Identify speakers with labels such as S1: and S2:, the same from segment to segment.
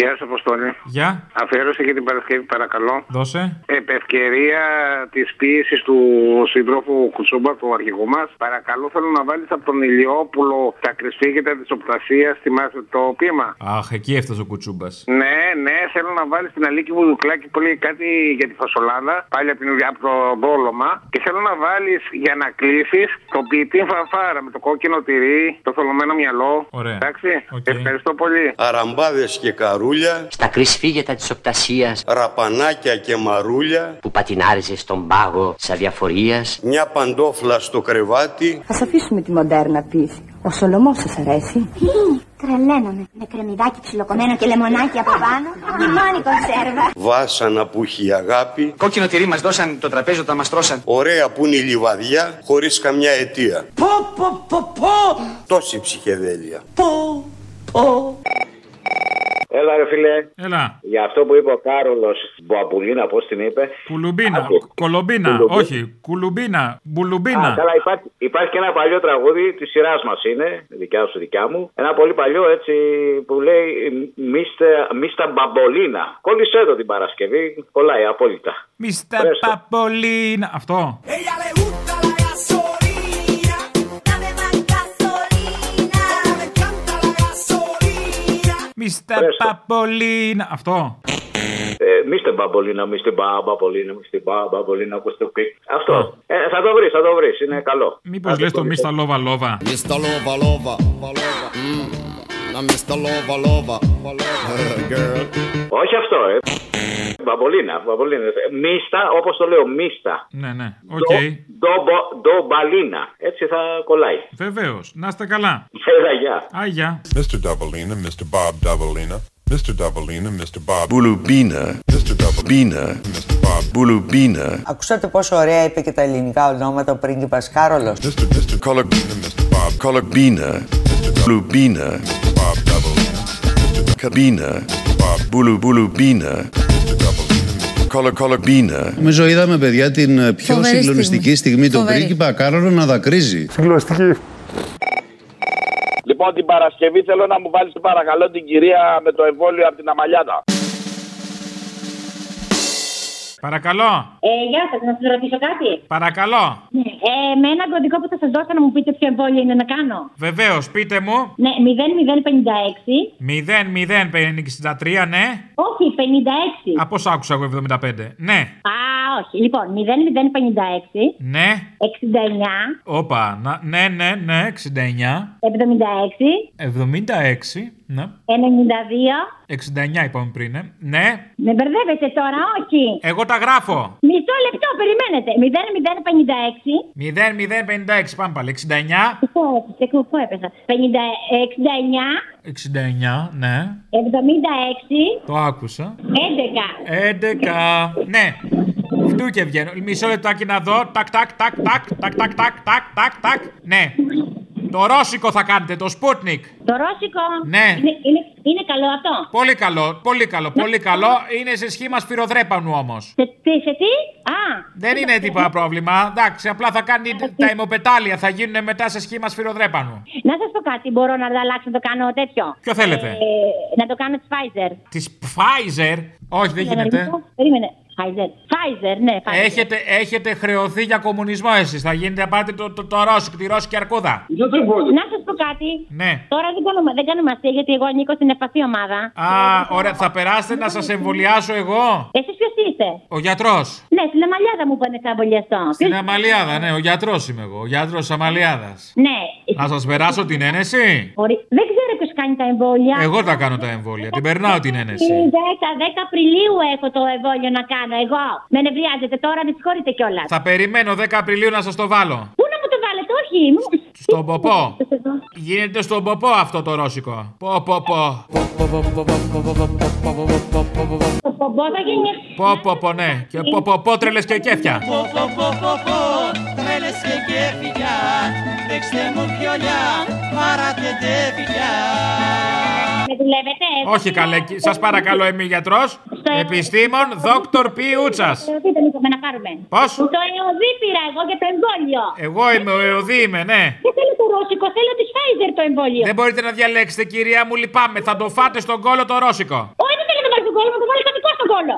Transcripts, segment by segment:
S1: Γεια σα, Αποστόλη.
S2: Γεια,
S1: Αφιέρωση για την Παρασκευή, παρακαλώ.
S2: δώσε.
S1: Επ' ευκαιρία της ποιήση του συντρόφου Κουτσούμπα, του αρχηγού μας, παρακαλώ θέλω να βάλεις από τον Ηλιόπουλο τα κρυσφύγετα τη οπτασία. Θυμάσαι το ποίημα.
S2: Αχ, εκεί έφτασε ο κουτσούμπας.
S1: Ναι, ναι, θέλω να βάλεις την Αλίκη Βουδουκλάκη που λέει κάτι για τη Φασολάδα, πάλι από, την, από το Δόλωμα. Και θέλω να βάλεις για να κλείσεις το ποιητή φαφάρα με το κόκκινο τυρί, το θολωμένο μυαλό.
S2: Ωραία.
S1: Εντάξει.
S2: Οκ.
S1: Ευχαριστώ πολύ.
S3: Αραμπάδες και καρούλια,
S4: Στα κρυσφύγετα της οπτασίας
S3: ραπανάκια και μαρούλια,
S4: που πατινάριζε στον πάγο της αδιαφορίας
S3: μια παντόφλα στο κρεβάτι,
S5: Ας αφήσουμε τη μοντέρνα ποιήση. Ο Σολομός σας αρέσει.
S6: Τρελαίνομαι. Με κρεμμυδάκι ψιλοκομμένο και λεμονάκι από πάνω. Τιμάνι κονσέρβα.
S3: βάσανα που έχει αγάπη,
S7: Κόκκινο τυρί μας δώσαν το τραπέζι όταν μας τρώσαν.
S3: ωραία που είναι η λιβαδιά, χωρίς καμιά αιτία. Πω, πω, πω, πω! Τόση ψυχεδέλεια.
S8: Έλα, ρε φίλε.
S2: Έλα.
S8: Για αυτό που είπε ο Κάρολος Μποαμπουλίνα, πώς την είπε.
S2: Κουλουμπίνα.
S8: Άκου.
S2: Κολομπίνα.
S8: Κουλουμπί-
S2: Όχι. Κουλουμπίνα.
S8: Α,
S2: Μπουλουμπίνα.
S8: καλά, υπάρχει, υπάρχει και ένα παλιό τραγούδι της σειράς μας είναι, δικιά σου, δικιά μου. Ένα πολύ παλιό έτσι που λέει Μίστα, Μίστα Μπαμπολίνα. Κόλλησε εδώ την Παρασκευή, κολλάει απόλυτα.
S2: Μιστα
S8: Πρέστο.
S2: Παπολίνα. Αυτό.
S8: Ε,
S9: Ella le gusta la gasolina. Dame más gasolina. Ella le encanta la gasolina.
S2: Μιστα
S8: Πρέστο.
S2: Παπολίνα. Αυτό.
S8: Ε, Μίστα Μπαμπολίνα, Μίστα Μπαμπολίνα, Μίστα Μπαμπολίνα, ακούστε το κλικ. Αυτό. Ε, θα το βρεις, θα το βρεις, είναι καλό.
S2: Μήπως
S8: Θα
S2: λες το
S8: βρεις.
S2: μιστα λόβα λόβα.
S10: Mr. Lova Lova. Mm. Now Mr. Lova Lova. Girl.
S8: Όχι αυτό, ε. Μπαμπολίνα, Μπαμπολίνα. Ε, Μίστα, όπως το λέω, Μίστα.
S2: Ναι, ναι. Οκ.
S8: Ντομπαλίνα. Έτσι θα κολλάει.
S2: Βεβαίως. Να είστε καλά.
S8: Έλα, γεια.
S2: Άγια.
S9: Mr. Doubleina, Mr. Bob Doubleina. Mr. Doubleina, Mr. Bob.
S10: Bulubina.
S9: Mr. Doubleina, Mr. Bob.
S10: Bulubina.
S5: Ακούσατε πόσο ωραία είπε και τα ελληνικά ονόματα ο πρίγκιπας Κάρολος.
S9: Mr. Mr. Colabina, Mr. Bob.
S10: Kolokbina. Bulubina.
S9: Mr. Bob Doubleina,
S10: Kabina.
S9: Bob.
S10: Bulu Bulubina.
S9: Mr. Doubleina,
S10: Kolokbina.
S7: Νομίζω είδαμε παιδιά την πιο συγκλονιστική στιγμή του πρίγκιπα Κάρολο να δακρύζει.
S8: Λοιπόν, την Παρασκευή θέλω να μου βάλεις παρακαλώ την κυρία με το εμβόλιο από την Αμαλιάδα.
S2: Παρακαλώ.
S6: Ε, γεια σας, να σας ρωτήσω κάτι.
S2: Παρακαλώ.
S6: Ναι. Ε, με ένα κωδικό που θα σας δώσω να μου πείτε ποιο εμβόλιο είναι να κάνω.
S2: Βεβαίως. Πείτε μου.
S6: Ναι, 0056.
S2: 0-0-63, ναι.
S6: Όχι, 56.
S2: Από σ' άκουσα εγώ 75. Ναι.
S6: Α, όχι. Λοιπόν, 0056.
S2: Ναι.
S6: 69,
S2: Όπα. να- Ναι, ναι, ναι. 69.
S6: 76,
S2: 76. Ναι.
S6: 92.
S2: 69 είπαμε πριν. ε. Ναι.
S6: Με μπερδεύετε τώρα, όχι.
S2: Εγώ τα γράφω.
S6: Μισό λεπτό, περιμένετε. 0056.
S2: 0-0-56. Πάμε πάλι. 69.
S6: Πού έπεσε, πού- πού έπεσα. 50, 69,
S2: 69, ναι.
S6: 76,
S2: Το άκουσα.
S6: 11.
S2: 11. Ναι. Φτού και βγαίνω. Μισό λεπτάκι να δω. Τακ, τακ, τακ, τακ, τακ, τακ, τακ, τακ, τακ, τακ. Ναι. Το ρώσικο θα κάνετε, το Sputnik.
S6: Το ρώσικο.
S2: Ναι.
S6: Είναι, είναι, είναι καλό αυτό.
S2: Πολύ καλό, πολύ καλό, πολύ καλό. Είναι σε σχήμα σφυροδρέπανου όμως.
S6: Σε, τι, σε τι, α.
S2: Δεν είναι τίποτα πρόβλημα. Εντάξει, απλά θα κάνει τα ημοπετάλια, θα γίνουν μετά σε σχήμα σφυροδρέπανου.
S6: Να σας πω κάτι, μπορώ να το αλλάξω, να το κάνω τέτοιο.
S2: Ποιο θέλετε?
S6: Ε, να το κάνω της Pfizer.
S2: Της Pfizer. Όχι, δεν γίνεται.
S6: Περίμενε. Pfizer. Pfizer, ναι, Pfizer.
S2: Έχετε, έχετε χρεωθεί για κομμουνισμό εσείς. Θα γίνετε πάτε το, το, το Ρώσικο, τη Ρώσικη αρκούδα.
S6: Να σας πω κάτι.
S2: Ναι.
S6: Τώρα δεν κάνουμε, δεν κάνουμε αστεία γιατί εγώ ανήκω στην ευπαθή ομάδα.
S2: Α, ωραία, θα περάσετε να σας εμβολιάσω εγώ.
S6: Εσείς ποιος είστε.
S2: Ο γιατρός.
S6: Ναι, στην Αμαλιάδα μου πάνε θα εμβολιαστώ.
S2: Στην
S6: Ποιος-
S2: Αμαλιάδα, ναι, ο γιατρός είμαι εγώ. Ο γιατρός της Αμαλιάδας.
S6: Ναι.
S2: Να σας περάσω την ένεση.
S6: Μπορεί- Δεν ξέρω ποιος κάνει τα εμβόλια.
S2: Εγώ τα κάνω τα εμβόλια. Την περνάω την ένεση.
S6: 10, 10 Απριλίου έχω το εμβόλιο να κάνω εγώ. Με νευριάζετε τώρα, με συγχωρείτε κιόλας.
S2: Θα περιμένω 10 Απριλίου να σας το βάλω.
S6: Πού να μου το βάλετε, όχι. μου-
S2: Στον ποπό.
S6: Σας εδώ.
S2: Γίνεται στον ποπό αυτό το ρώσικο. Πο, πο, πο.
S6: Το πομπό θα γίνει.
S2: Πο, πο, πο, ναι. Και πο, πο, πο, τρελες και κέφια.
S6: Με δουλεύετε. ε.
S2: Όχι καλέ, σας παρακαλώ είμαι γιατρός. Επιστήμον, δόκτωρ Πιούτσας.
S6: Ε, Τι δεν είπαμε να πάρουμε.
S2: Πώς?
S6: Το ΕΟΔΗ πήρα εγώ για το εμβόλιο.
S2: Εγώ είμαι ο Εωδή, είμαι, ναι.
S6: Δεν θέλω το ρώσικο, θέλω της Pfizer το εμβόλιο.
S2: Δεν μπορείτε να διαλέξετε, κυρία μου, λυπάμαι. Θα το φάτε στον κόλο το ρώσικο.
S11: κόλλο μου, το βάλει κατοικό στον κόλλο.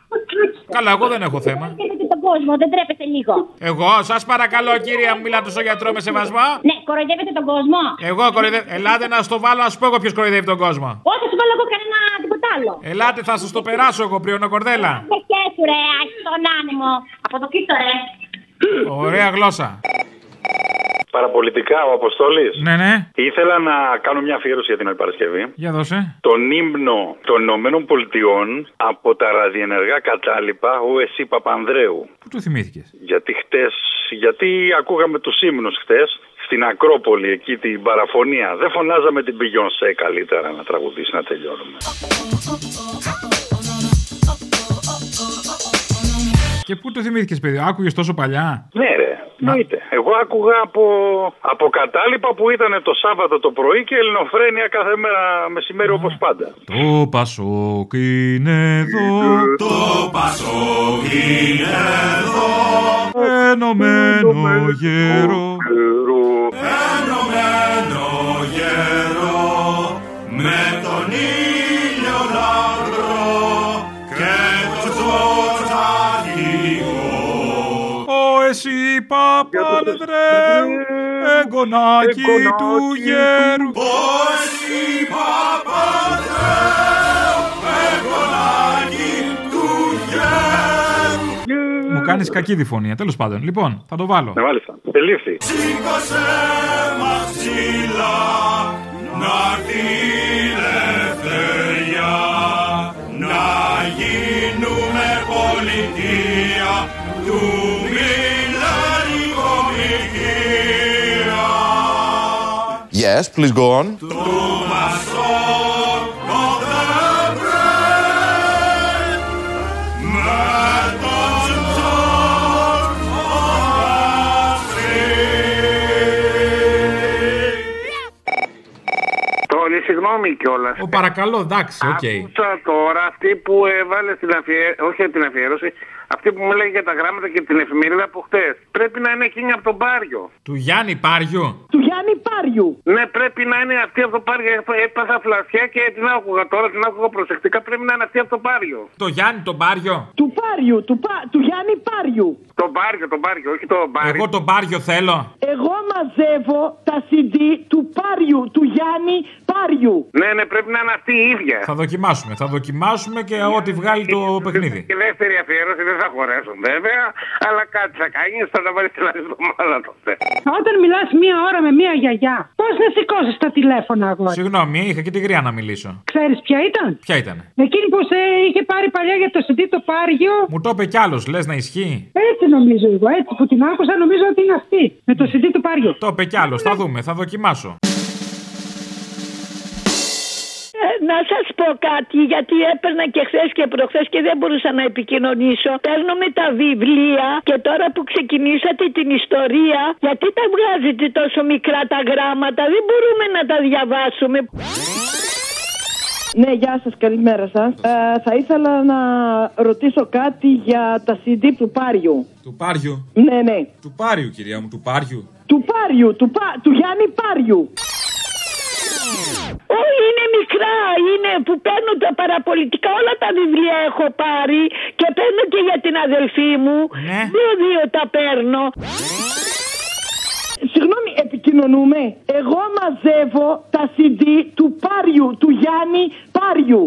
S2: Καλά, εγώ δεν έχω θέμα.
S11: Τρέπετε τον κόσμο, δεν τρέπεστε λίγο.
S2: Εγώ, σας παρακαλώ, κύρια μου, μιλάτε στον γιατρό με σεβασμό.
S11: Ναι, κοροϊδεύετε τον κόσμο.
S2: Εγώ κοροϊδεύω. Ελάτε να στο βάλω, να σου πω εγώ ποιος κοροϊδεύει τον κόσμο.
S11: Όχι, θα σου βάλω εγώ κανένα τίποτα άλλο.
S2: Ελάτε, θα σας το περάσω εγώ, πριονοκορδέλα.
S11: Δεν σου ρε, αχ, τον άνεμο. Από το κοίτο, ρε.
S2: Ωραία γλώσσα.
S12: Παραπολιτικά, ο Αποστόλης.
S2: Ναι, ναι.
S12: Ήθελα να κάνω μια αφιέρωση για την άλλη Παρασκευή.
S2: Για δώσε.
S12: Τον ύμνο των Ηνωμένων Πολιτειών από τα ραδιενεργά κατάλοιπα ο Εσύ Παπανδρέου.
S2: Πού το θυμήθηκες.
S12: Γιατί χτες, γιατί ακούγαμε τους ύμνους χτες στην Ακρόπολη, εκεί την παραφωνία. Δεν φωνάζαμε την Beyoncé καλύτερα να τραγουδήσει να τελειώνουμε.
S2: Και πού το θυμήθηκες, παιδί, άκουγες τόσο παλιά.
S12: Ναι, ρε. Εννοείται. Εγώ άκουγα από, από κατάλοιπα που ήταν το Σάββατο το πρωί και ελληνοφρένεια κάθε μέρα μεσημέρι όπως πάντα. Ναι,
S2: Το Πασόκ είναι εδώ.
S9: Το Πασόκ είναι εδώ.
S2: Ενωμένο γέρο.
S9: Ενωμένο γερό με τον ήλιο λαμπρό και το ζωντανικό.
S2: Ο εσύ Παπανδρέου, εγγονάκι του γέρου.
S9: Όσοι παπαδρέου, εγγονάκι του γέρου.
S2: Μου κάνεις κακή διφωνία, τέλος πάντων. Λοιπόν, θα το βάλω.
S12: Ναι, μάλιστα. Ελήφθη.
S9: Σήκωσε μας ψηλά, να έρθει η ελευθερία, να γίνουμε πολιτεία του μιλάνικο μοιχεία.
S3: Yes, please go on.
S9: Του μασόν κοδεμπρέ, με τον Τζον Οβασί.
S1: Τόλι, συγγνώμη κιόλας.
S2: Ο παρακαλώ, εντάξει, οκ.
S1: Άκουσα τώρα αυτή που έβαλε την αφιέρωση, όχι την αφιέρωση, αυτή που μου λέει για τα γράμματα και την εφημερίδα που χτες. Πρέπει να είναι εκείνη από τον Πάριο.
S2: Του Γιάννη Πάριου.
S1: Του Γιάννη Πάριου. Ναι, πρέπει να είναι αυτή από τον Πάριο. Έπα- Έπαθα φλασιά και την άκουγα τώρα, την άκουγα προσεκτικά. Πρέπει να είναι αυτή από τον Πάριο.
S2: Το Γιάννη τον Πάριο.
S1: Του Πάριου, του, του Γιάννη Πάριου. Τον Πάριο, τον Πάριο, όχι τον Πάριο.
S2: Εγώ τον Πάριο θέλω.
S13: Εγώ μαζεύω τα CD του Πάριου, του Γιάννη Πάριου.
S1: Ναι, ναι, πρέπει να είναι αυτή η ίδια.
S2: Θα δοκιμάσουμε. Θα δοκιμάσουμε και ό,τι βγάλει το παιχνίδι.
S1: Η δεύτερη αφιέρωση δεν θα χωρέσουν βέβαια, αλλά κάτι θα κάνεις, θα τα βάλεις την άλλη εβδομάδα τότε.
S5: Όταν μιλάς μία ώρα με μία γιαγιά, πώς να σηκώσεις τα τηλέφωνα, αγόρι.
S2: Συγγνώμη, είχα και τη γριά να μιλήσω.
S5: Ξέρεις ποια ήταν.
S2: Ποια ήταν.
S5: Εκείνη που σε είχε πάρει παλιά για το CD το Πάργιο.
S2: Μου το είπε κι άλλος, λες να ισχύει.
S5: Έτσι νομίζω εγώ, έτσι που την άκουσα, νομίζω ότι είναι αυτή. Με το CD του Πάργιο.
S2: Το είπε κι άλλος, θα δούμε, θα δοκιμάσω.
S6: Ε, Να σας πω κάτι, γιατί έπαιρνα και χθες και προχθές και δεν μπορούσα να επικοινωνήσω. Παίρνουμε τα βιβλία και τώρα που ξεκινήσατε την ιστορία, γιατί τα βγάζετε τόσο μικρά τα γράμματα, δεν μπορούμε να τα διαβάσουμε.
S14: Ναι, γεια σας, καλημέρα σας. Ε, θα ήθελα να ρωτήσω κάτι για τα CD του Πάριου.
S2: Του Πάριου.
S14: Ναι, ναι.
S2: Του Πάριου, κυρία μου, του Πάριου.
S14: Του Πάριου, του, Πα- του Γιάννη Πάριου.
S6: Ω, Ε, είναι μικρά, είναι που παίρνω τα παραπολιτικά. Όλα τα βιβλία έχω πάρει και παίρνω και για την αδελφή μου. Δύο-δύο τα παίρνω.
S14: Συγγνώμη, επικοινωνούμε. Εγώ μαζεύω τα CD του Πάριου, του Γιάννη Πάριου.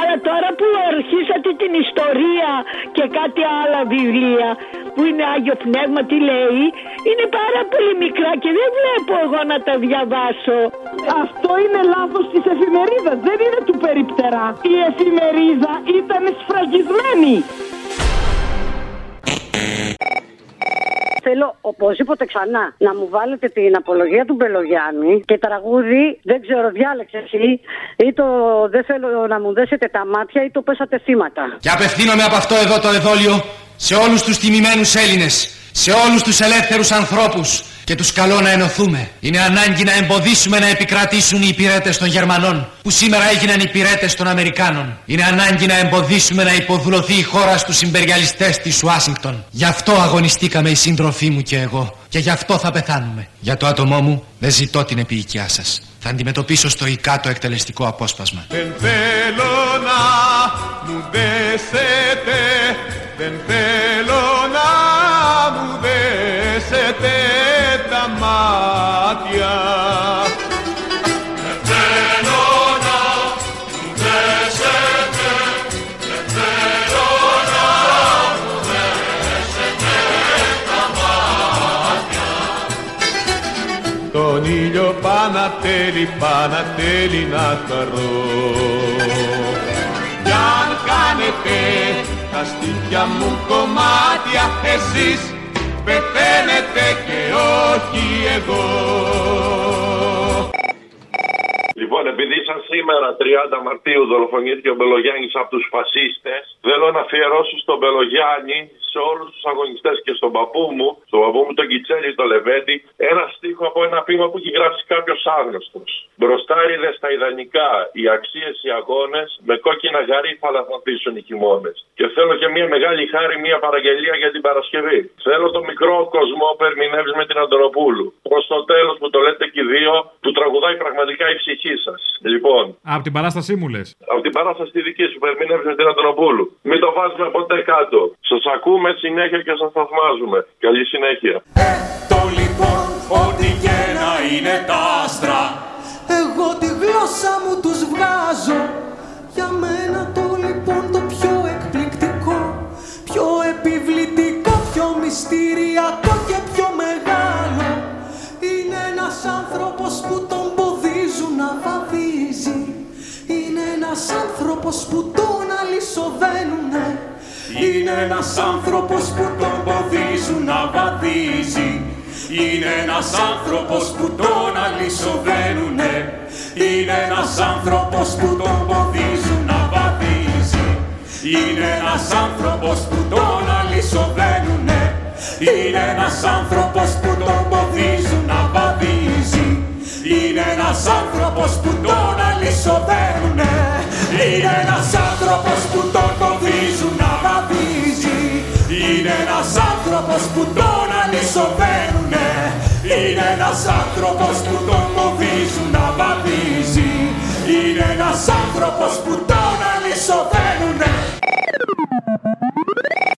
S6: Αλλά τώρα που αρχίσατε την ιστορία και κάτι άλλα βιβλία που είναι Άγιο Πνεύμα, τι λέει, είναι πάρα πολύ μικρά και δεν βλέπω εγώ να τα διαβάσω.
S14: Αυτό είναι λάθος της εφημερίδας, δεν είναι του Περιπτερά. Η εφημερίδα ήταν σφραγισμένη.
S15: Θέλω οπωσδήποτε ξανά να μου βάλετε την απολογία του Μπελογιάννη και τραγούδι, δεν ξέρω, διάλεξε εσύ, ή το δεν θέλω να μου δέσετε τα μάτια, ή το πέσατε θύματα.
S16: Και απευθύνομαι από αυτό εδώ το εδόλιο σε όλους τους τιμημένους Έλληνες, σε όλους τους ελεύθερους ανθρώπους και τους καλώ να ενωθούμε. Είναι ανάγκη να εμποδίσουμε να επικρατήσουν οι υπηρέτες των Γερμανών που σήμερα έγιναν υπηρέτες των Αμερικάνων. Είναι ανάγκη να εμποδίσουμε να υποδουλωθεί η χώρα στους υπεριαλιστές της Ουάσιγκτον. Γι' αυτό αγωνιστήκαμε οι σύντροφοί μου και εγώ και γι' αυτό θα πεθάνουμε. Για το άτομό μου δεν ζητώ την επιοικιά σας. Θα αντιμετωπίσω στο ΙΚΑ το εκτελεστικό απόσπασμα.
S9: Δεν θέλω να μου δέσετε, δεν θέλω να μου δέσετε τα μάτια. Δεν θέλω να μου δέσετε, δεν θέλω να μου δέσετε τα μάτια.
S17: Τον ήλιο Πανατέλη, Πανατέλη να χαρώ Κι αν κάνετε τα στήθια μου κομμάτια Εσείς πεθαίνετε και όχι εγώ
S12: Λοιπόν, επειδή σαν σήμερα 30 Μαρτίου δολοφονήθηκε ο Μπελογιάννης από τους φασίστες, θέλω να αφιερώσω στον Μπελογιάννη, σε όλους τους αγωνιστές και στον παππού μου, στον παππού μου τον Κιτσέλη, τον Λεβέντη, ένα στίχο από ένα πείμα που έχει γράψει κάποιος άγνωστος. Μπροστάριδε στα ιδανικά, οι αξίες οι αγώνες, με κόκκινα γαρίφαλα θα πείσουν οι χειμώνες. Και θέλω και μια μεγάλη χάρη, μια παραγγελία για την Παρασκευή. Θέλω το μικρό κοσμό που ερμηνεύει με την Αντωνοπούλου. Προς το τέλος που το λέτε και οι δύο, που τραγουδάει πραγματικά η ψυχή σας. Λοιπόν,
S2: Από την παράστασή μου λες.
S12: από την παράσταση τη δική σου που ερμηνεύει με την Αντωνοπούλου. Μην το βάζουμε ποτέ κάτω. Σας ακούμε συνέχεια και σας θαυμάζουμε. Καλή συνέχεια.
S18: Ε, λοιπόν,
S9: Ό,τι και να είναι τα άστρα
S18: Εγώ τη γλώσσα μου τους βγάζω Για μένα το λοιπόν το πιο εκπληκτικό Πιο επιβλητικό, πιο μυστηριακό και πιο μεγάλο Είναι ένας άνθρωπος που τον ποδίζουν να βαδίζει Είναι ένας άνθρωπος που τον αλυσοδένουνε
S9: Είναι ένας άνθρωπος που τον ποδίζουν να βαδίζει Είναι ένας άνθρωπος που τον αλυσοδένουνε Είναι ένας άνθρωπος που τον ποδίζουν να βαδίζει Είναι ένας άνθρωπος που τον αλυσοδένουνε Είναι ένας άνθρωπος που τον ποδίζουν να βαδίζει είναι ένας άνθρωπος που τον αλυσοδένουνε Είναι ένας άνθρωπος που τον κοβίζουν να βαδίζει Είναι ένας άνθρωπος που τον αλυσοδένουνε Είναι ένας άνθρωπος που τον κοβίζουν να βαδίζει Είναι ένας άνθρωπος που τον αλυσοδένουνε